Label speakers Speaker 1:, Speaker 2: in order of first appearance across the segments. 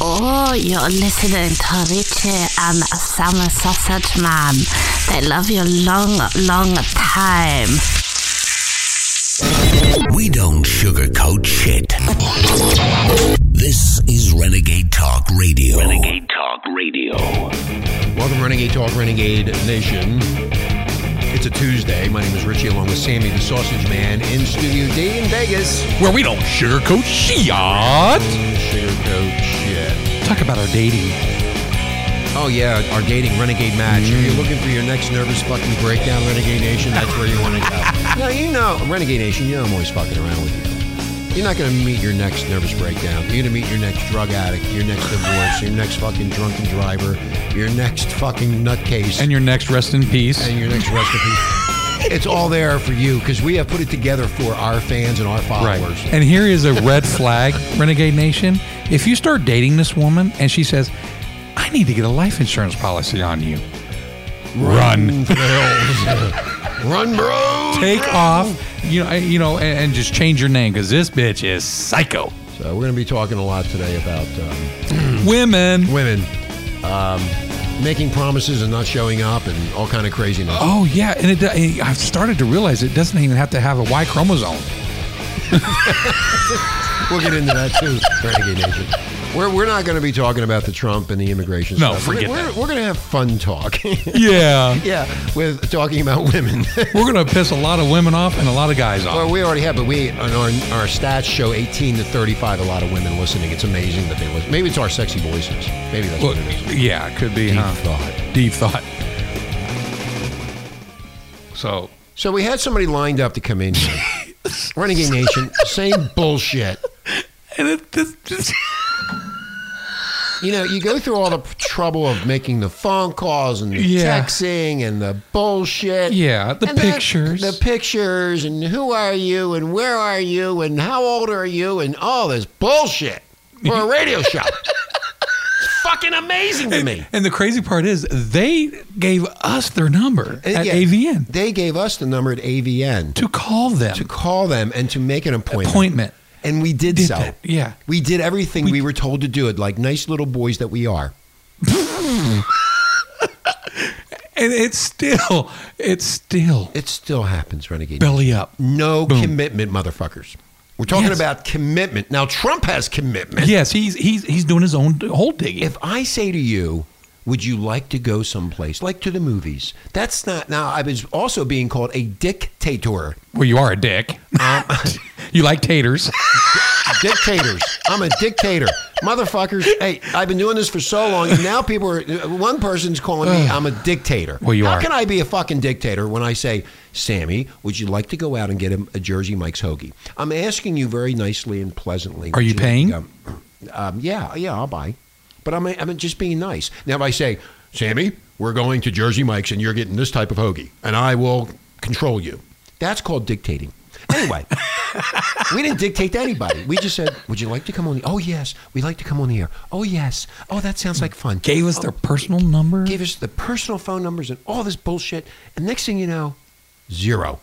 Speaker 1: Oh, you're listening to Richie and Summer Sausage Man. They love you long, long time.
Speaker 2: We don't sugarcoat shit. This is Renegade Talk Radio.
Speaker 3: Renegade Talk Radio.
Speaker 4: Welcome, Renegade Talk, Renegade Nation. It's a Tuesday. My name is Richie, along with Sammy the Sausage Man in Studio D in Vegas.
Speaker 5: where we don't sugarcoat shit.
Speaker 4: Sugarcoat shit.
Speaker 5: Talk about our dating.
Speaker 4: Oh, yeah, our dating Renegade match. If you're looking for your next nervous fucking breakdown, Renegade Nation, that's where you want to go. no, you know, Renegade Nation, you know I'm always fucking around with you. You're not going to meet your next nervous breakdown. You're going to meet your next drug addict, your next divorce, your next fucking drunken driver, your next fucking nutcase.
Speaker 5: And your next rest in peace.
Speaker 4: and your next recipe. It's all there for you because we have put it together for our fans and our followers.
Speaker 5: And here is a red flag, Renegade Nation. If you start dating this woman and she says, I need to get a life insurance policy on you, run.
Speaker 4: Run, bro!
Speaker 5: Take off, you know, I- you know, and, and just change your name because this bitch is psycho.
Speaker 4: So we're going to be talking a lot today about um,
Speaker 5: Hmm. Women.
Speaker 4: women um, making promises and not showing up and all kind of craziness.
Speaker 5: Oh yeah, and it, do- and I've started to realize it doesn't even have to have a Y chromosome.
Speaker 4: We'll get into that too, Renegade Nation. We're, we're not going to be talking about the Trump and the immigration
Speaker 5: No,
Speaker 4: stuff.
Speaker 5: forget
Speaker 4: we're,
Speaker 5: that.
Speaker 4: We're, we're going to have fun talk.
Speaker 5: Yeah,
Speaker 4: yeah, with talking about women.
Speaker 5: we're gonna piss a lot of women off and a lot of guys off.
Speaker 4: Well, we already have, but we on our our stats show 18 to 35. A lot of women listening. It's amazing that they listen. Maybe it's our sexy voices. Maybe that's
Speaker 5: Well,
Speaker 4: what it is.
Speaker 5: yeah, it could be,
Speaker 4: Deep
Speaker 5: huh?
Speaker 4: thought.
Speaker 5: Deep thought. So,
Speaker 4: So we had somebody lined up to come in here. Renegade Nation, same bullshit.
Speaker 5: and it, this, this-
Speaker 4: You know, you go through all the trouble of making the phone calls and the
Speaker 5: Yeah.
Speaker 4: texting and the bullshit.
Speaker 5: yeah, the
Speaker 4: And then
Speaker 5: pictures.
Speaker 4: The pictures and who are you and where are you and how old are you and all this bullshit for a radio show. It's fucking amazing to me.
Speaker 5: and the crazy part is, they gave us their number
Speaker 4: And
Speaker 5: at
Speaker 4: yeah,
Speaker 5: AVN
Speaker 4: They gave us the number at AVN to,
Speaker 5: to call them.
Speaker 4: call them and to make an appointment.
Speaker 5: appointment.
Speaker 4: And we did,
Speaker 5: Did
Speaker 4: so.
Speaker 5: that, yeah.
Speaker 4: We did everything we,
Speaker 5: We-
Speaker 4: were told to do it, like nice little boys that we are.
Speaker 5: And it's still, it's still
Speaker 4: It still happens, Renegade.
Speaker 5: belly up.
Speaker 4: no
Speaker 5: Boom.
Speaker 4: commitment, motherfuckers. We're talking
Speaker 5: Yes.
Speaker 4: about commitment. Now, Trump has commitment.
Speaker 5: Yes, he's he's he's doing his own hole digging.
Speaker 4: If I say to you, would you like to go someplace, like to the movies? That's not. Now, I was also being called a dictator.
Speaker 5: well, you are a dick. you like taters.
Speaker 4: dictators. I'm a dictator. Motherfuckers, hey, I've been doing this for so long, and now people are. One person's calling me, I'm a dictator.
Speaker 5: Well, you
Speaker 4: How
Speaker 5: are.
Speaker 4: can I be a fucking dictator when I say, Sammy, would you like to go out and get a, a Jersey Mike's hoagie? I'm asking you very nicely and pleasantly.
Speaker 5: Are
Speaker 4: would
Speaker 5: you
Speaker 4: like to
Speaker 5: paying?
Speaker 4: go- um, yeah, yeah, I'll buy. But I'm, I'm just being nice. Now, if I say, Sammy, we're going to Jersey Mike's, and you're getting this type of hoagie, and I will control you. That's called dictating. Anyway. We didn't dictate to anybody. We just said, "Would you like to come on?" The- oh yes, we'd like to come on the air. Oh yes. Oh, that sounds like fun.
Speaker 5: Gave us
Speaker 4: Oh,
Speaker 5: their personal number.
Speaker 4: gave us the personal phone numbers and all this bullshit. And next thing you know, zero.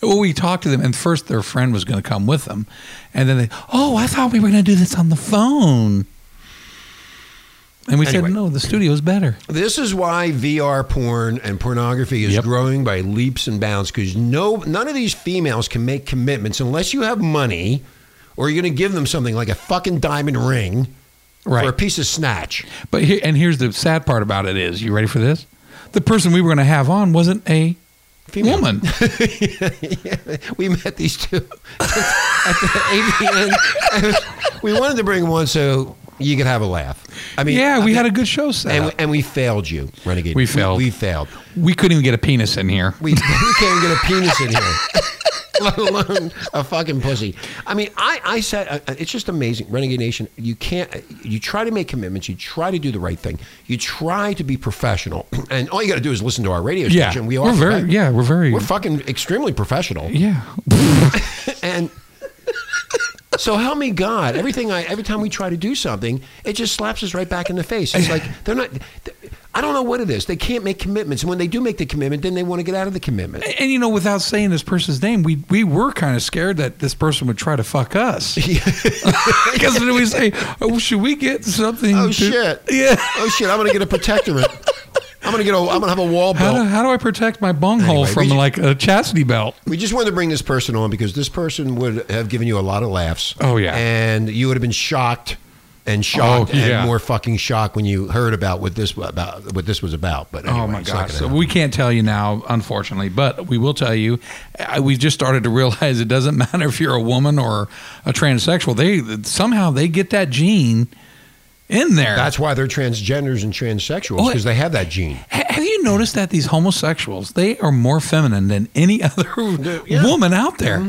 Speaker 5: Well, we talked to them, and first their friend was going to come with them, and then they, oh, I thought we were going to do this on the phone, and we
Speaker 4: Anyway.
Speaker 5: said no, the studio's better.
Speaker 4: This is why VR porn and pornography is
Speaker 5: Yep.
Speaker 4: growing by leaps and bounds because no, none of these females can make commitments unless you have money, or you're going to give them something like a fucking diamond ring.
Speaker 5: Right.
Speaker 4: Or a piece of snatch.
Speaker 5: But here, and here's the sad part about it is, you ready for this? The person we were going to have on wasn't a
Speaker 4: Female.
Speaker 5: woman.
Speaker 4: we met these two at the AVN. we wanted to bring one so you could have a laugh. I mean,
Speaker 5: yeah, we had a good show set.
Speaker 4: and,
Speaker 5: up.
Speaker 4: we, and we failed you, renegade.
Speaker 5: We failed.
Speaker 4: We, failed.
Speaker 5: We, couldn't even get a penis in here.
Speaker 4: We, we can't even get a penis in here, let alone a fucking pussy. I mean, I I said uh, uh, it's just amazing, renegade nation. You can't. uh, You try to make commitments. You try to do the right thing. You try to be professional, and all you got to do is listen to our radio
Speaker 5: Yeah,
Speaker 4: station. we are
Speaker 5: we're very, yeah, we're very,
Speaker 4: We're fucking extremely professional.
Speaker 5: yeah.
Speaker 4: And so help me God, everything I every time we try to do something, it just slaps us right back in the face. It's like they're not. I don't know what it is. They can't make commitments. And when they do make the commitment, then they want to get out of the commitment.
Speaker 5: And, you know, without saying this person's name, we we were kind of scared that this person would try to fuck us. Because then we say, oh, should we get something?
Speaker 4: Oh
Speaker 5: to-
Speaker 4: shit.
Speaker 5: Yeah.
Speaker 4: Oh shit. I'm gonna get a protectorate. I'm gonna get a. I'm gonna have a wall
Speaker 5: How
Speaker 4: built.
Speaker 5: do, how do I protect my bunghole
Speaker 4: Anyway,
Speaker 5: from
Speaker 4: we-
Speaker 5: like a chastity belt?
Speaker 4: We just wanted to bring this person on because this person would have given you a lot of laughs.
Speaker 5: Oh, yeah.
Speaker 4: and you would have been shocked and shocked
Speaker 5: Oh, yeah.
Speaker 4: and more fucking shocked when you heard about what this about what this was about. But anyway,
Speaker 5: oh my
Speaker 4: it's not
Speaker 5: gosh!
Speaker 4: gonna
Speaker 5: So
Speaker 4: happen.
Speaker 5: we can't tell you now, unfortunately, but we will tell you. I- We've just started to realize it doesn't matter if you're a woman or a transsexual. They somehow they get that gene in there.
Speaker 4: that's why they're transgenders and transsexuals
Speaker 5: What?
Speaker 4: because they have that gene.
Speaker 5: Ha- Have you noticed that these homosexuals they are more feminine than any other
Speaker 4: yeah. Mm-hmm.
Speaker 5: woman out there?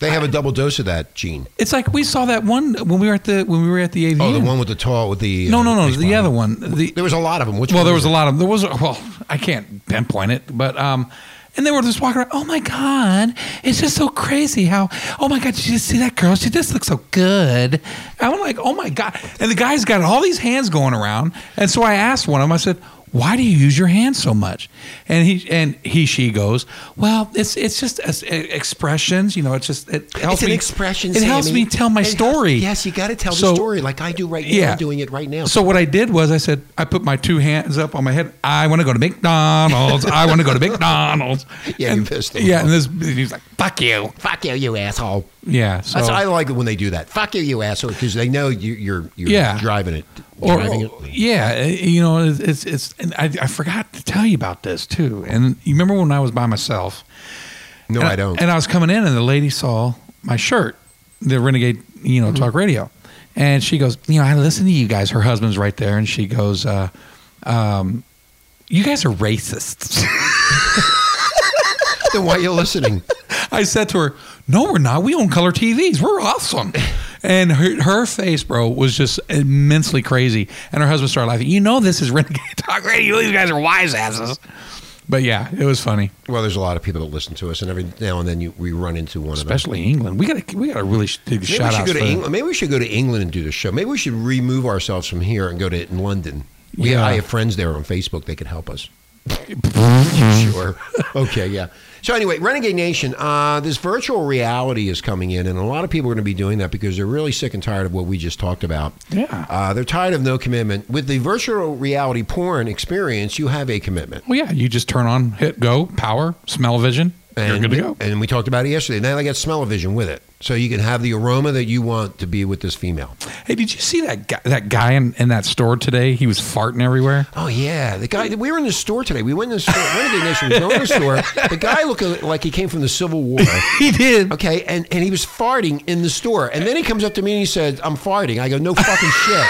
Speaker 4: They have a double dose of that gene.
Speaker 5: It's like we saw that one when we were at the when we were at the AVN.
Speaker 4: Oh, the one with the tall with the
Speaker 5: no, no, no,
Speaker 4: face
Speaker 5: the
Speaker 4: body.
Speaker 5: other one. The,
Speaker 4: There was a lot of them. Which
Speaker 5: well,
Speaker 4: one
Speaker 5: there was a lot of there was well, I can't pinpoint it, but um, and they were just walking around. Oh my god, it's just so crazy how. Oh my god, did you just see that girl? She just looks so good. I'm like, oh my god, and the guy's got all these hands going around, and so I asked one of them. I said. Why do you use your hands so much? And he and he she goes, well, it's it's just uh, expressions, you know. It's just it helps
Speaker 4: It's an
Speaker 5: me-
Speaker 4: expression.
Speaker 5: It helps
Speaker 4: Sammy.
Speaker 5: me tell my
Speaker 4: It helps-
Speaker 5: story.
Speaker 4: yes, you got to tell
Speaker 5: So-
Speaker 4: the story like I do right now. I'm doing it right now.
Speaker 5: so what I did was I said I put my two hands up on my head. I want to go to McDonald's. I want to go to McDonald's.
Speaker 4: Yeah, you
Speaker 5: and,
Speaker 4: pissed him
Speaker 5: Yeah,
Speaker 4: off.
Speaker 5: and this and he's like, "Fuck you."
Speaker 4: fuck you, you asshole.
Speaker 5: Yeah. So
Speaker 4: That's, I like it when they do that. Fuck you, you asshole, because they know you, you're you're
Speaker 5: Yeah.
Speaker 4: driving it.
Speaker 5: or, oh,
Speaker 4: driving it.
Speaker 5: yeah, eh, you know, it's it's. it's and I, I forgot to tell you about this too. And you remember when I was by myself?
Speaker 4: No,
Speaker 5: and
Speaker 4: I don't.
Speaker 5: And I was coming in, and the lady saw my shirt, the Renegade, you
Speaker 4: Mm-hmm.
Speaker 5: know, talk radio, and she goes, you know, I listen to you guys. Her husband's right there, and she goes, uh, um, you guys are racists.
Speaker 4: then why are you listening?
Speaker 5: I said to her, "No, we're not. We own color TVs. We're awesome." And her, her face, bro, was just immensely crazy. And her husband started laughing. You know, this is renegade talk radio. These guys are wise asses. But yeah, it was funny,
Speaker 4: well, there's a lot of people that listen to us, and every now and then you, we run into one
Speaker 5: especially England. We gotta we gotta really sh- do
Speaker 4: of them. uh, Maybe
Speaker 5: shout
Speaker 4: we should
Speaker 5: out
Speaker 4: go to
Speaker 5: to
Speaker 4: England. Maybe we should go to England and do this show. Maybe we should remove ourselves from here and go to in London. We,
Speaker 5: Yeah.
Speaker 4: I have friends there on Facebook. They could help us. sure. Okay, yeah. So anyway, Renegade Nation, uh, this virtual reality is coming in, and a lot of people are going to be doing that because they're really sick and tired of what we just talked about.
Speaker 5: Yeah.
Speaker 4: Uh, they're tired of no commitment. With the virtual reality porn experience, you have a commitment.
Speaker 5: Well, yeah, you just turn on, hit go, power, smell vision. you're good to go.
Speaker 4: And we talked about it yesterday. Now they got smell-o-vision with it, so you can have the aroma that you want to be with this female.
Speaker 5: Hey, did you see that guy, that guy in, in that store today? He was farting everywhere.
Speaker 4: Oh yeah, the guy. We were in the store today. We went in the store. Renegade Nation was going to the store. The guy looked like he came from the Civil War.
Speaker 5: He did.
Speaker 4: Okay, and, and he was farting in the store. And then he comes up to me and he said, I'm farting. I go, no fucking shit.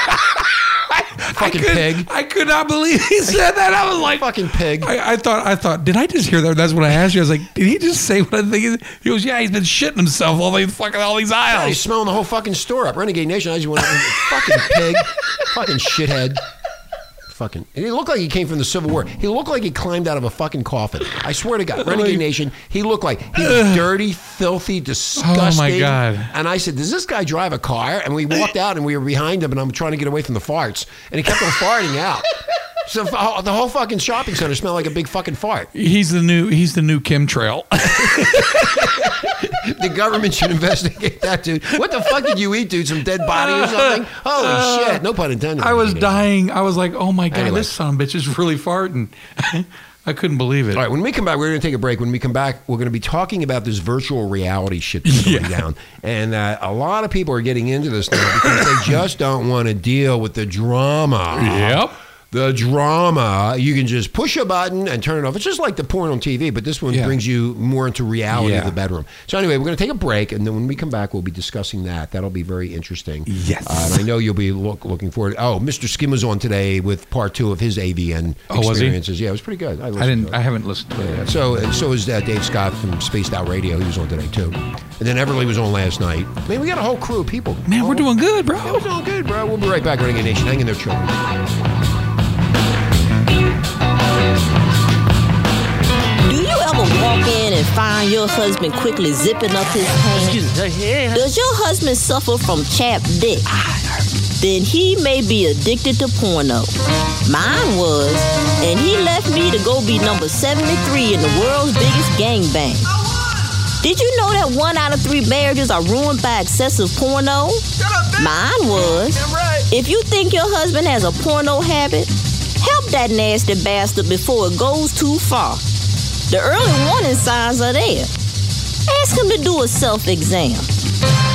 Speaker 4: fucking
Speaker 5: I could,
Speaker 4: pig.
Speaker 5: I could not believe he said that. I was like,
Speaker 4: Fucking pig.
Speaker 5: I, I thought, I thought, did I just hear that? That's what I asked you. I was like, did he just say what I think? is- He goes, yeah, he's been shitting himself all these fucking all these
Speaker 4: God, he's
Speaker 5: aisles.
Speaker 4: smelling the whole fucking store up. Renegade Nation, I just went, fucking pig. Fucking shithead. Fucking. and He looked like he came from the Civil War. He looked like he climbed out of a fucking coffin. I swear to God, Renegade Nation, he looked like he was dirty, filthy, disgusting.
Speaker 5: God.
Speaker 4: And I said, Does this guy drive a car? And we walked out and we were behind him and I'm trying to get away from the farts. And he kept on farting out. So f- the whole fucking shopping center smelled like a big fucking fart.
Speaker 5: He's the new, he's the new Kim Trail.
Speaker 4: The government should investigate that, dude. What the fuck did you eat, dude? Some dead body or something? Holy shit. No pun intended.
Speaker 5: Uh, I was dying. I was like, oh my god,
Speaker 4: Anyway.
Speaker 5: this son of a bitch is really farting. I couldn't believe it.
Speaker 4: All right, when we come back, we're going to take a break. When we come back, we're going to be talking about this virtual reality shit that's going
Speaker 5: Yeah.
Speaker 4: down. And uh, a lot of people are getting into this now because they just don't want to deal with the drama.
Speaker 5: Yep.
Speaker 4: The drama, you can just push a button and turn it off. It's just like the porn on TV, but this one
Speaker 5: Yeah.
Speaker 4: brings you more into reality
Speaker 5: Yeah.
Speaker 4: of the bedroom. So, anyway, we're going to take a break, and then when we come back, we'll be discussing that. That'll be very interesting.
Speaker 5: Yes.
Speaker 4: Uh, and I know you'll be look, looking forward. Oh, Mr. Skim was on today with part two of his AVN
Speaker 5: Oh, was he?
Speaker 4: experiences. Yeah, it was pretty good. I,
Speaker 5: I
Speaker 4: listened to
Speaker 5: didn't.
Speaker 4: it.
Speaker 5: I haven't listened to it. yet.
Speaker 4: So so is uh, Dave Scott from Spaced Out Radio. He was on today too, and then Everly was on last night. Man, we got a whole crew of people.
Speaker 5: Man, we're doing good,
Speaker 4: Yeah, We're
Speaker 5: bro.
Speaker 4: doing good, bro. We'll be right back, Renegade Nation. Hang in there, children.
Speaker 3: Do you ever walk in and find your husband quickly zipping up his pants? Does your husband suffer from chapped dick? then he may be addicted to porno. Mine was, and he left me to go be number 73 in the world's biggest gangbang. Did you know that one out of three marriages are ruined by excessive porno? Mine was. If you think your husband has a porno habit, help that nasty bastard before it goes too far. The early warning signs are there. Ask him to do a self exam.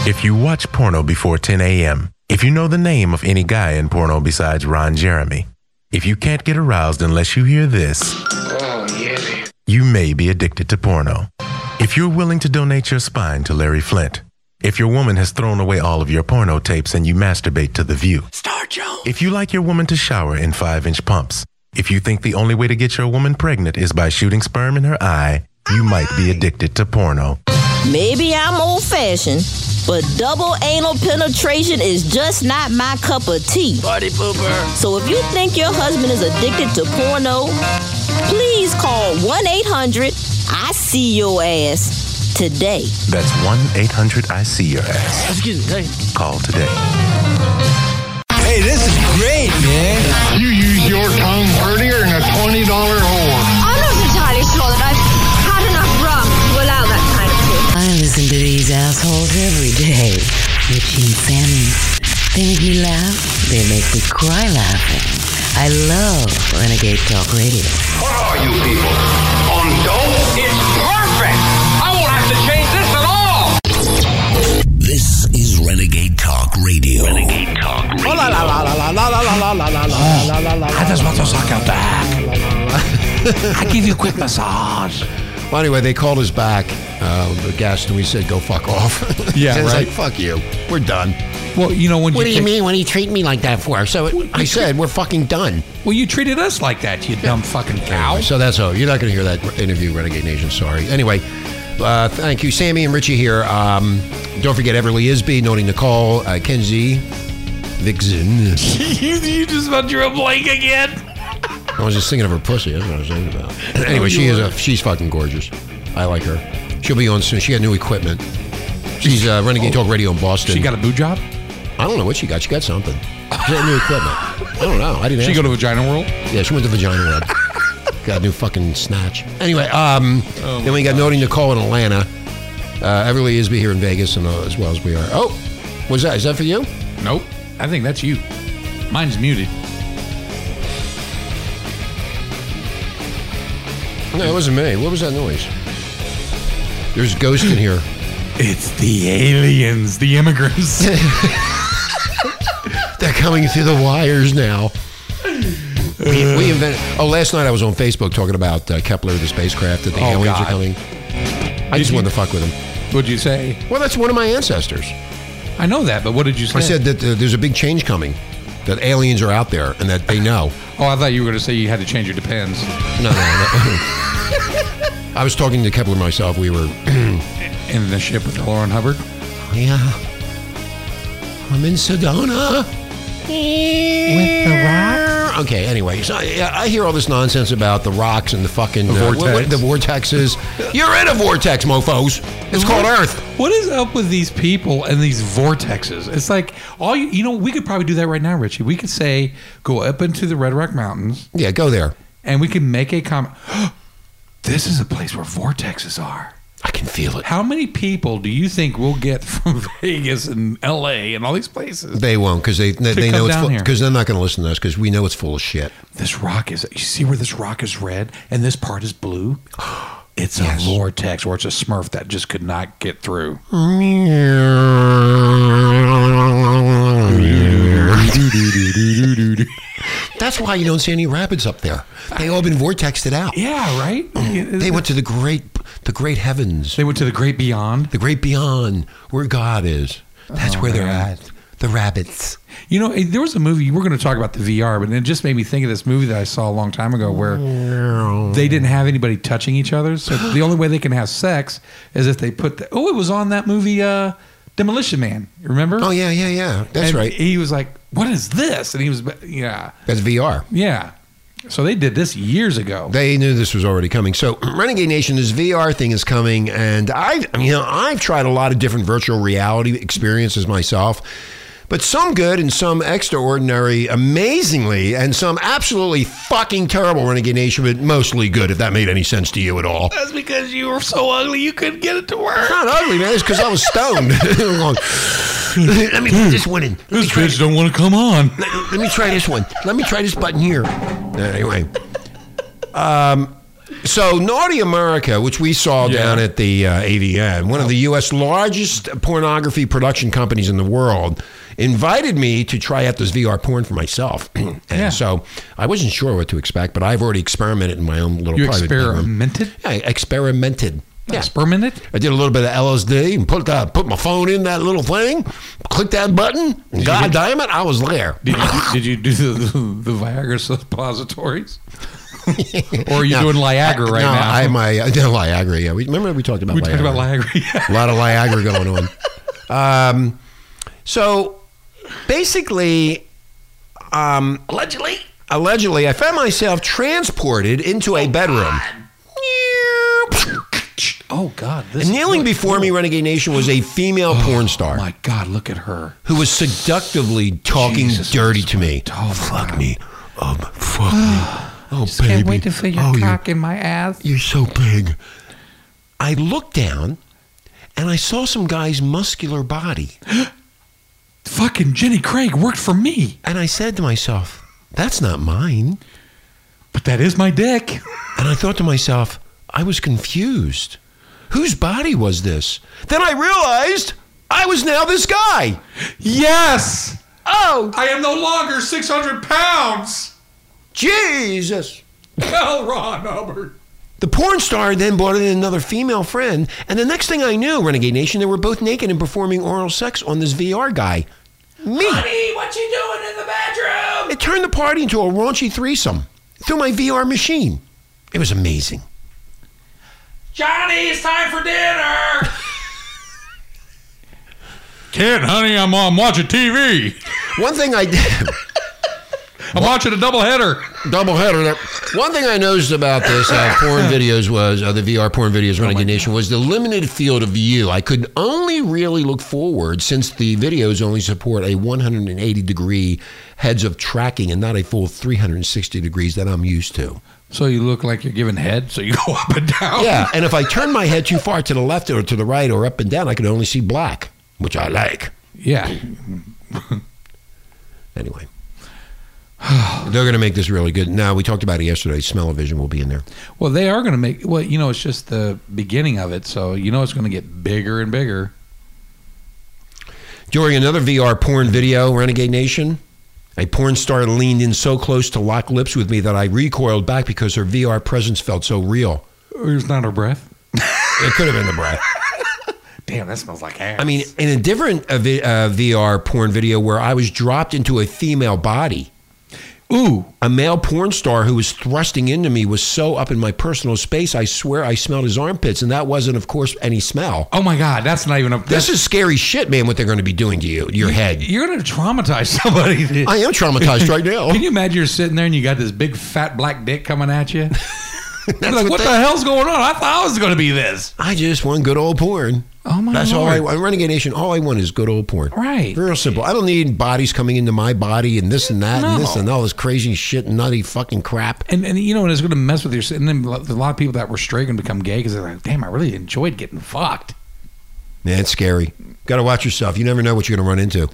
Speaker 6: If you watch porno before 10 a.m., if you know the name of any guy in porno besides Ron Jeremy, if you can't get aroused unless you hear this, you may be addicted to porno. If you're willing to donate your spine to Larry Flint, if your woman has thrown away all of your porno tapes and you masturbate to the view, if you like your woman to shower in five inch pumps, if you think the only way to get your woman pregnant is by shooting sperm in her eye, you might be addicted to porno.
Speaker 3: Maybe I'm old fashioned, but double anal penetration is just not my cup of tea. Party pooper. So if you think your husband is addicted to porno, please call 1 800 I See Your Ass today.
Speaker 6: That's 1 800 I See Your Ass. Call today.
Speaker 7: Hey, this is great, man.
Speaker 8: You use your tongue prettier than a $20 whore.
Speaker 9: I'm not entirely sure that I've had enough rum to allow that kind of thing.
Speaker 10: I listen to these assholes every day, Richie and Sammy. They make me laugh. They make me cry laughing. I love Renegade Talk Radio.
Speaker 11: What are you people? On dope? It's perfect! I won't have to change this at all!
Speaker 2: This is Renegade Talk Radio. Renegade Talk
Speaker 7: La la la la la la la la la la la la la la la.
Speaker 5: I just want to suck your back. I give you a quick massage.
Speaker 4: Well, anyway, they called us back, uh, the guest, and we said, go fuck off.
Speaker 5: Yeah,
Speaker 4: it's like,
Speaker 5: right.
Speaker 4: fuck you. We're done.
Speaker 5: Well, you know when
Speaker 4: What do
Speaker 5: you,
Speaker 4: you
Speaker 5: take-
Speaker 4: mean? What do you treat me like that for? So it, I said, we're fucking done.
Speaker 5: Well, you treated us like that, you dumb fucking cow.
Speaker 4: Anyway, so that's all. You're not going to hear that interview, Renegade Nation. Sorry. Anyway, uh, thank you, Sammy and Richie here. Um, don't forget Everly Isby, Noni Nicole, uh, Kenzie Vixen.
Speaker 5: you, you just about drew a blank again.
Speaker 4: I was just thinking of her pussy. That's what I was thinking about.
Speaker 5: Oh,
Speaker 4: anyway, she is a she's fucking gorgeous. I like her. She'll be on soon. She got new equipment. She's uh, Renegade Talk Radio in Boston.
Speaker 5: Oh. She got a boo job.
Speaker 4: I don't know what she got. She got something. She got new equipment. I don't know. I didn't.
Speaker 5: She
Speaker 4: ask
Speaker 5: go to Vagina World.
Speaker 4: yeah, she went to Vagina World. got a new fucking snatch. Anyway, um,
Speaker 5: Oh
Speaker 4: then we got Noni Nicole in Atlanta. Uh, Everly Isby here in Vegas, and uh, as well as we are. Oh, was that? Is that for you?
Speaker 5: Nope. I think that's you. Mine's muted.
Speaker 4: No, it wasn't me. What was that noise? There's ghosts in here.
Speaker 5: It's the aliens, the immigrants.
Speaker 4: They're coming through the wires now. We, we invented. Oh, last night I was on Facebook talking about uh, Kepler, the spacecraft that the
Speaker 5: Oh,
Speaker 4: aliens
Speaker 5: God.
Speaker 4: are coming. I just
Speaker 5: you-
Speaker 4: wanted to fuck with him.
Speaker 5: What'd you say?
Speaker 4: Well, that's one of my ancestors.
Speaker 5: I know that, but what did you say?
Speaker 4: I said that uh, there's a big change coming, that aliens are out there and that they know.
Speaker 5: Oh, I thought you were going to say you had to change your depends.
Speaker 4: No, no, no. I was talking to Kepler myself. We were,
Speaker 5: In the ship with Lauren Hubbard.
Speaker 4: yeah, I'm in Sedona. With the rock? Okay, anyway, so yeah, I hear all this nonsense about the rocks and the fucking
Speaker 5: The
Speaker 4: uh, what- what- the vortexes. You're in a vortex, mofos. It's called Earth.
Speaker 5: What is up with these people and these vortexes? It's like all you, you know. We could probably do that right now, Richie. We could say go up into the Red Rock Mountains,
Speaker 4: Yeah, go there.
Speaker 5: and we can make a comment. this is a place where vortexes are.
Speaker 4: I can feel it.
Speaker 5: How many people do you think we'll get from Vegas and L.A. and all these places?
Speaker 4: They won't because they they, they
Speaker 5: come
Speaker 4: know it's
Speaker 5: down
Speaker 4: full
Speaker 5: here.
Speaker 4: because they're not going to listen to us because we know it's full of shit.
Speaker 5: This rock is. You see where this rock is red and this part is blue. It's a vortex, or it's a Smurf that just could not get through.
Speaker 4: That's why you don't see any rapids up there. They all been vortexed out.
Speaker 5: Yeah, right.
Speaker 4: They went to the great the great heavens,
Speaker 5: They went to the great beyond.
Speaker 4: the great beyond, where God is. That's where they're
Speaker 5: Oh, man.
Speaker 4: at. The rabbits.
Speaker 5: You know, eh, there was a movie, we're going to talk about the VR, but it just made me think of this movie that I saw a long time ago where they didn't have anybody touching each other. So the only way they can have sex is if they put the. Oh, it was on that movie, uh, Demolition Man. Remember?
Speaker 4: Oh yeah, yeah, yeah. That's
Speaker 5: And
Speaker 4: right.
Speaker 5: He was like, what is this? And he was, yeah.
Speaker 4: That's VR.
Speaker 5: Yeah. So they did this years ago.
Speaker 4: They knew this was already coming. So Renegade Nation, this VR thing is coming, and I've I mean, you know I've tried a lot of different virtual reality experiences myself, But some good and some extraordinary, amazingly, and some absolutely fucking terrible Renegade Nation, but mostly good, if that made any sense to you at all.
Speaker 5: That's because you were so ugly you couldn't get it to work.
Speaker 4: Not ugly, man. It's because I was stoned. let me put this one in. Let me
Speaker 5: These
Speaker 4: try
Speaker 5: kids don't want to come on.
Speaker 4: let, let me try this one. Let me try this button here. Uh, Anyway, um, so Naughty America, which we saw down at the uh, AVN, one of the U.S. largest pornography production companies in the world, invited me to try out this VR porn for myself. and
Speaker 5: Yeah.
Speaker 4: so I wasn't sure what to expect, but I've already experimented in my own little
Speaker 5: You
Speaker 4: private bedroom.
Speaker 5: experimented?
Speaker 4: Yeah, I experimented. Yeah.
Speaker 5: Experimented?
Speaker 4: I did a little bit of LSD and put that, put my phone in that little thing, click that button. and God damn it, I was there.
Speaker 5: Did you, did you do the, the, the Viagra suppositories? or are you
Speaker 4: No,
Speaker 5: doing Liagra
Speaker 4: I-
Speaker 5: right
Speaker 4: no,
Speaker 5: now?
Speaker 4: I my I did Liagra. Yeah, we, remember we talked about
Speaker 5: we
Speaker 4: Liagra.
Speaker 5: talked about Liagra. Yeah.
Speaker 4: a lot of Liagra going on. Um, so basically, um, allegedly, allegedly, I found myself transported into a bedroom.
Speaker 5: Oh God! This
Speaker 4: And kneeling
Speaker 5: look-
Speaker 4: before me, Renegade Nation, was a female porn star
Speaker 5: Oh, My God! Look at her.
Speaker 4: who was seductively talking
Speaker 5: Jesus
Speaker 4: dirty to me.
Speaker 5: Oh fuck
Speaker 4: me. Um, fuck me. Oh, baby. Oh, you-
Speaker 5: in my ass.
Speaker 4: You're so big. I looked down and I saw some guy's muscular body.
Speaker 5: Fucking Jenny Craig worked for me,
Speaker 4: And I said to myself, that's not mine.
Speaker 5: but that is my dick.
Speaker 4: And I thought to myself, I was confused. Whose body was this? Then I realized I was now this guy.
Speaker 5: Yes,
Speaker 4: Oh,
Speaker 5: I am no longer six hundred pounds.
Speaker 4: Jesus.
Speaker 5: Well, Ron Hubbard.
Speaker 4: The porn star then brought in another female friend. And the next thing I knew, Renegade Nation, they were both naked and performing oral sex on this VR guy. Me.
Speaker 5: what you doing in the bedroom?
Speaker 4: It turned the party into a raunchy threesome through my VR machine. It was amazing.
Speaker 5: Johnny, it's time for dinner. Kid, honey, I'm, I'm watching TV.
Speaker 4: One thing I did,
Speaker 5: I'm watching a doubleheader.
Speaker 4: double header. there. One thing I noticed about this uh, porn videos was uh, the VR porn videos Renegade Nation was the limited field of view. I could only really look forward since the videos only support a 180 degree heads of tracking and not a full 360 degrees that I'm used to.
Speaker 5: So you look like you're giving head, so you go up and down.
Speaker 4: Yeah, and if I turn my head too far to the left or to the right or up and down, I could only see black, which I like.
Speaker 5: Yeah.
Speaker 4: Anyway. They're going to make this really good. Now, we talked about it yesterday. Smell-O-Vision will be in there.
Speaker 5: Well, they are going to make. Well, you know, it's just the beginning of it, so you know it's going to get bigger and bigger.
Speaker 4: During another VR porn video, Renegade Nation, a porn star leaned in so close to lock lips with me that I recoiled back because her VR presence felt so real.
Speaker 5: It's not her breath.
Speaker 4: It could have been the breath.
Speaker 5: Damn, that smells like ass.
Speaker 4: I mean, in a different uh, vi- uh, VR porn video where I was dropped into a female body,
Speaker 5: ooh,
Speaker 4: a male porn star who was thrusting into me was so up in my personal space, I swear I smelled his armpits. And that wasn't, of course, any smell.
Speaker 5: oh my god, that's not even a.
Speaker 4: This is scary shit, man, what they're going to be doing to you, your head.
Speaker 5: You're going to traumatize somebody.
Speaker 4: I am traumatized right now.
Speaker 5: Can you imagine you're sitting there and you got this big fat black dick coming at you? You're like,
Speaker 4: what
Speaker 5: what,
Speaker 4: they-
Speaker 5: the hell's going on? I thought I was going to be this.
Speaker 4: I just want good old porn.
Speaker 5: Oh my
Speaker 4: That's all
Speaker 5: Lord.
Speaker 4: I want. Renegade Nation, all I want is good old porn.
Speaker 5: Right.
Speaker 4: Real simple. I don't need bodies coming into my body and this and that and this
Speaker 5: No.
Speaker 4: and all this crazy shit and nutty fucking crap.
Speaker 5: And, and you know, and it's going to mess with your. And then a lot of people that were straight going to become gay because they're like, damn, I really enjoyed getting fucked.
Speaker 4: Man, it's scary. Got to watch yourself. You never know what you're going to run into.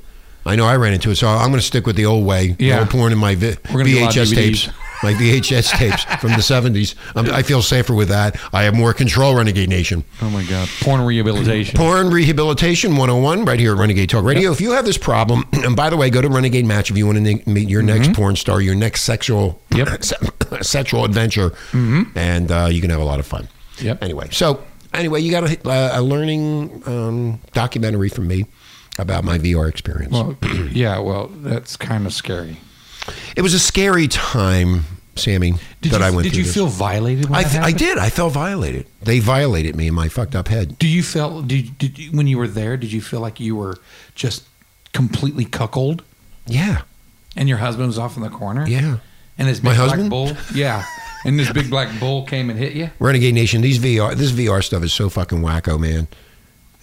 Speaker 4: I know I ran into it, so I'm going to stick with the old way. The
Speaker 5: Yeah.
Speaker 4: old porn in my vi-
Speaker 5: We're gonna do a lot of
Speaker 4: VHS tapes.
Speaker 5: DVDs.
Speaker 4: My VHS tapes from the 70s. I'm, I feel safer with that. I have more control, Renegade Nation.
Speaker 5: Oh my God. Porn rehabilitation.
Speaker 4: Porn Rehabilitation 101 right here at Renegade Talk Radio. If you have this problem, and by the way, go to Renegade Match if you want to ne- meet your next porn star, your next sexual
Speaker 5: Mm-hmm. Yep. Mm-hmm.
Speaker 4: se- sexual adventure, and uh, you can have a lot of fun.
Speaker 5: Yep.
Speaker 4: Anyway, so anyway, you got a, uh, a learning um, documentary from me about my VR experience.
Speaker 5: Well, yeah, well, that's kind of scary.
Speaker 4: it was a scary time, Sammy,
Speaker 5: Did
Speaker 4: that
Speaker 5: you,
Speaker 4: I went
Speaker 5: did
Speaker 4: through.
Speaker 5: you
Speaker 4: this.
Speaker 5: feel violated when
Speaker 4: I,
Speaker 5: that
Speaker 4: th- I
Speaker 5: happened?
Speaker 4: did. I felt violated. They violated me in my fucked up head.
Speaker 5: Do you feel did, did you, when you were there? Did you feel like you were just completely cuckolded,
Speaker 4: Yeah.
Speaker 5: and your husband was off in the corner?
Speaker 4: Yeah.
Speaker 5: and his big
Speaker 4: My
Speaker 5: black
Speaker 4: husband?
Speaker 5: bull. Yeah, and this big black bull came and hit you.
Speaker 4: Renegade Nation, these VR, this VR stuff is so fucking wacko, man.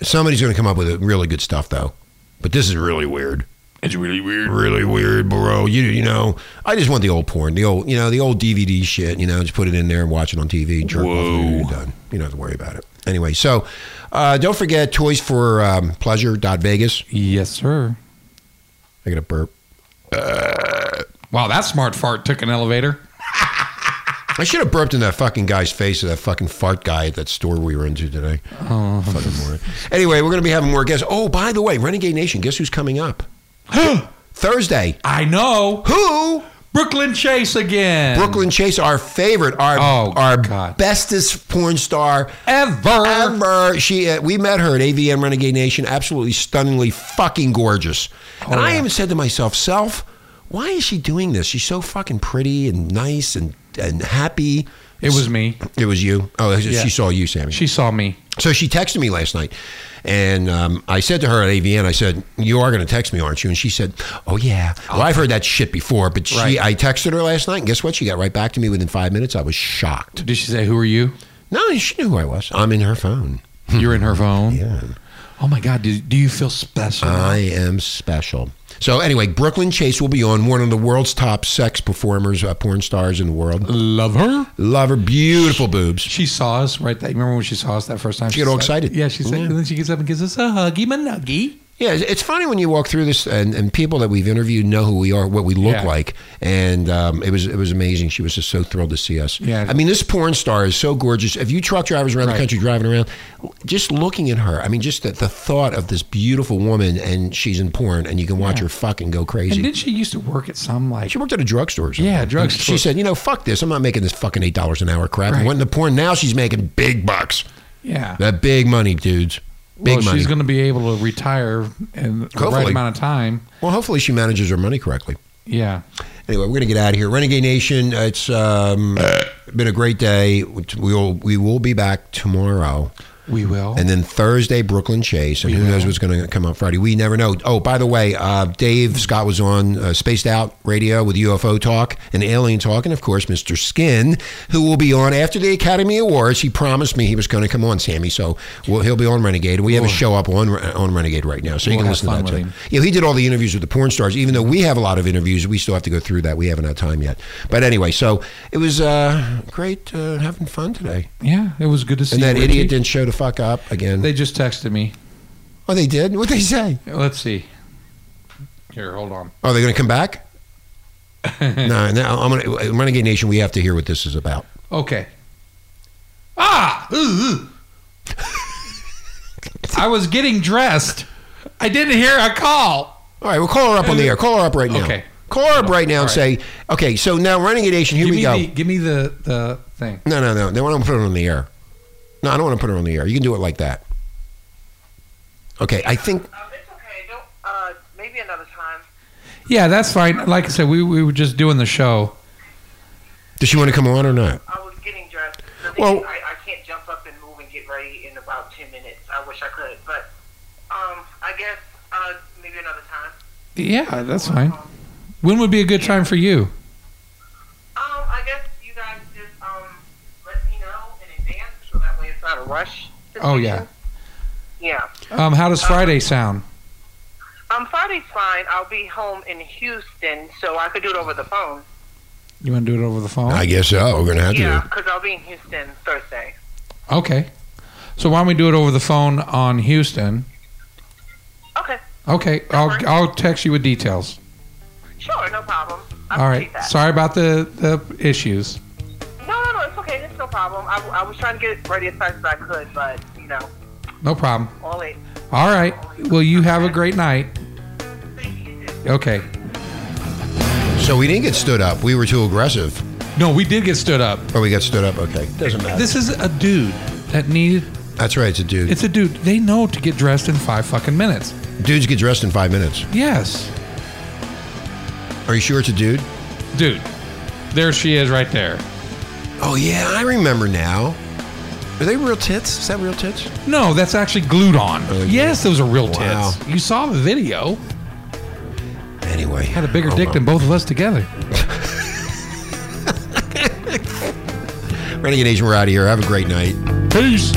Speaker 4: Somebody's going to come up with really good stuff though, but this is really weird. It's really weird, really weird, bro. You you know, I just want the old porn, the old you know, the old DVD shit. You know, just put it in there and watch it on TV. Jerk off, and you're done. You don't have to worry about it. Anyway, so uh, don't forget toys for um, pleasure. Vegas.
Speaker 5: Yes, sir.
Speaker 4: I got a burp.
Speaker 5: Wow, that smart fart took an elevator.
Speaker 4: I should have burped in that fucking guy's face or that fucking fart guy at that store we were into today.
Speaker 5: Oh.
Speaker 4: Fucking moron. Anyway, we're going to be having more guests. Oh, by the way, Renegade Nation, guess who's coming up? Thursday.
Speaker 5: I know.
Speaker 4: Who?
Speaker 5: Brooklyn Chase again.
Speaker 4: Brooklyn Chase, our favorite, our
Speaker 5: Oh,
Speaker 4: our
Speaker 5: God.
Speaker 4: bestest porn star
Speaker 5: Ever.
Speaker 4: ever. She, uh, we met her at AVN Renegade Nation. Absolutely stunningly fucking gorgeous. and I
Speaker 5: Oh, yeah.
Speaker 4: even said to myself, self, why is she doing this? She's so fucking pretty and nice and and happy.
Speaker 5: It was me.
Speaker 4: It was you. Oh,
Speaker 5: Yeah.
Speaker 4: she saw you, Sammy.
Speaker 5: She saw me.
Speaker 4: So she texted me last night, and um, I said to her at AVN, I said, "You are going to text me, aren't you?" And she said, "Oh yeah." Well, I've heard that shit before, but she,
Speaker 5: Right.
Speaker 4: I texted her last night, and guess what? She got right back to me within five minutes. I was shocked.
Speaker 5: Did she say, Who are you?
Speaker 4: No, she knew who I was. I'm in her phone.
Speaker 5: You're in her phone.
Speaker 4: Yeah, Uh,
Speaker 5: Oh my God, do, do you feel special?
Speaker 4: I am special. So anyway, Brooklyn Chase will be on one of the world's top sex performers, uh, porn stars in the world.
Speaker 5: Love her.
Speaker 4: Love her, beautiful boobs.
Speaker 5: She saw us right there. Remember when she saw us that first time?
Speaker 4: She got all
Speaker 5: said-
Speaker 4: excited. Mm-hmm.
Speaker 5: Yeah, she said,
Speaker 4: Yeah.
Speaker 5: and then she gets up and gives us a huggy manuggy.
Speaker 4: Yeah, it's- it's funny when you walk through this, and, and people that we've interviewed know who we are, what we look
Speaker 5: Yeah.
Speaker 4: like, and um, it was it was amazing. She was just so thrilled to see us.
Speaker 5: Yeah.
Speaker 4: I mean, this porn star is so gorgeous. If you truck drivers around the
Speaker 5: Right.
Speaker 4: country driving around, just looking at her, I mean, just the, the thought of this beautiful woman, and she's in porn, and you can watch her fucking go
Speaker 5: And
Speaker 4: crazy.
Speaker 5: then she used to work at some like
Speaker 4: she worked at a drugstore. or something.
Speaker 5: Yeah,
Speaker 4: And
Speaker 5: drugstore.
Speaker 4: She said, "You know, fuck this. I'm not making this fucking eight dollars an hour crap."
Speaker 5: Right.
Speaker 4: And went into porn. Now she's making big bucks.
Speaker 5: yeah.
Speaker 4: That big money, dudes. Big
Speaker 5: well,
Speaker 4: money.
Speaker 5: she's going to be able to retire in the right
Speaker 4: Hopefully.
Speaker 5: amount of time.
Speaker 4: well, hopefully she manages her money correctly.
Speaker 5: Yeah.
Speaker 4: Anyway, we're gonna get out of here. Renegade Nation, it's um, been a great day. We'll we will be back tomorrow,
Speaker 5: We will.
Speaker 4: and then Thursday Brooklyn Chase, and who knows what's gonna come on Friday. We never know. Oh, by the way, uh, Dave Scott was on uh, Spaced Out Radio with UFO Talk and Alien Talk, and of course Mr. Skin, who will be on after the Academy Awards. He promised me he was going to come on, Sammy. So we'll, he'll be on Renegade. We have a show up on on Renegade right now, so you can
Speaker 5: We'll have
Speaker 4: listen to
Speaker 5: fun
Speaker 4: that
Speaker 5: with
Speaker 4: too.
Speaker 5: him.
Speaker 4: Yeah, he did all the interviews with the porn stars. Even though we have a lot of interviews, we still have to go through that. We haven't had time yet. But anyway, so it was uh, great uh, having fun today.
Speaker 5: yeah, it was good to see.
Speaker 4: And that
Speaker 5: you,
Speaker 4: idiot
Speaker 5: Richie.
Speaker 4: didn't show the fuck up again.
Speaker 5: They just texted me.
Speaker 4: oh, they did. What they say?
Speaker 5: Let's see. Here, hold on.
Speaker 4: Are they going to Oh, come back? no, no. I'm gonna, uh, Renegade Nation. We have to hear what this is about.
Speaker 5: Okay. Ah! Ooh, ooh. I was getting dressed. I didn't hear a call.
Speaker 4: All right, we'll call her up on the air. Call her up right now.
Speaker 5: Okay.
Speaker 4: Call her up right now and
Speaker 5: All right.
Speaker 4: say, okay. So now Renegade Nation, here
Speaker 5: give
Speaker 4: we
Speaker 5: me
Speaker 4: go.
Speaker 5: The, give me the, the thing.
Speaker 4: No, no, no. No, I don't want to put it on the air. No, I don't want to put it on the air. You can do it like that. Okay, I think.
Speaker 12: Um, it's okay. Don't. Uh, maybe another time.
Speaker 5: Yeah, that's fine. Like I said, we, we were just doing the show.
Speaker 4: Does she want to come on or not?
Speaker 12: I was getting dressed. The thing
Speaker 4: Well-
Speaker 12: is, I, I can't jump up and move and get ready in about ten minutes. I wish I could, but um, I guess uh, maybe another time.
Speaker 5: Yeah, that's fine. When would be a good time for you?
Speaker 12: Um, I guess you guys just um let me know in advance so that way it's not a rush.
Speaker 5: Oh, yeah.
Speaker 12: Yeah.
Speaker 5: Um, how does Friday sound?
Speaker 12: Um, Friday's fine. I'll be home in Houston, so I could do it over the phone.
Speaker 5: You want to do it over the phone?
Speaker 4: I guess so. We're going to have
Speaker 12: Yeah,
Speaker 4: to.
Speaker 12: because I'll be in Houston Thursday.
Speaker 5: Okay. So why don't we do it over the phone on Houston?
Speaker 12: Okay.
Speaker 5: Okay, I'll I'll text you with details.
Speaker 12: Sure. No problem. I
Speaker 5: All right.
Speaker 12: appreciate that.
Speaker 5: Sorry about the the issues.
Speaker 12: No, no, no, it's okay. It's no problem. I, I was trying to get it ready as fast as I could, but, you know,
Speaker 5: No problem.
Speaker 12: all it.
Speaker 5: All right. Well, you have a great night. Okay.
Speaker 4: So we didn't get stood up. We were too aggressive.
Speaker 5: No, we did get stood up.
Speaker 4: Or we got stood up. Okay. Doesn't matter.
Speaker 5: This is a dude that needed.
Speaker 4: That's right. It's a dude.
Speaker 5: It's a dude. They know to get dressed in five fucking minutes.
Speaker 4: Dudes get dressed in five minutes.
Speaker 5: Yes,
Speaker 4: Are you sure it's a dude?
Speaker 5: dude. There she is, right there.
Speaker 4: Oh, yeah. I remember now. Are they real tits? Is that real tits?
Speaker 5: No, that's actually glued on.
Speaker 4: Oh, yeah.
Speaker 5: yes, those are real
Speaker 4: Wow.
Speaker 5: tits. You saw the video.
Speaker 4: Anyway.
Speaker 5: Had a bigger
Speaker 4: oh,
Speaker 5: dick than both of us together.
Speaker 4: well. Renegade Nation, we're out of here. Have a great night.
Speaker 5: Peace.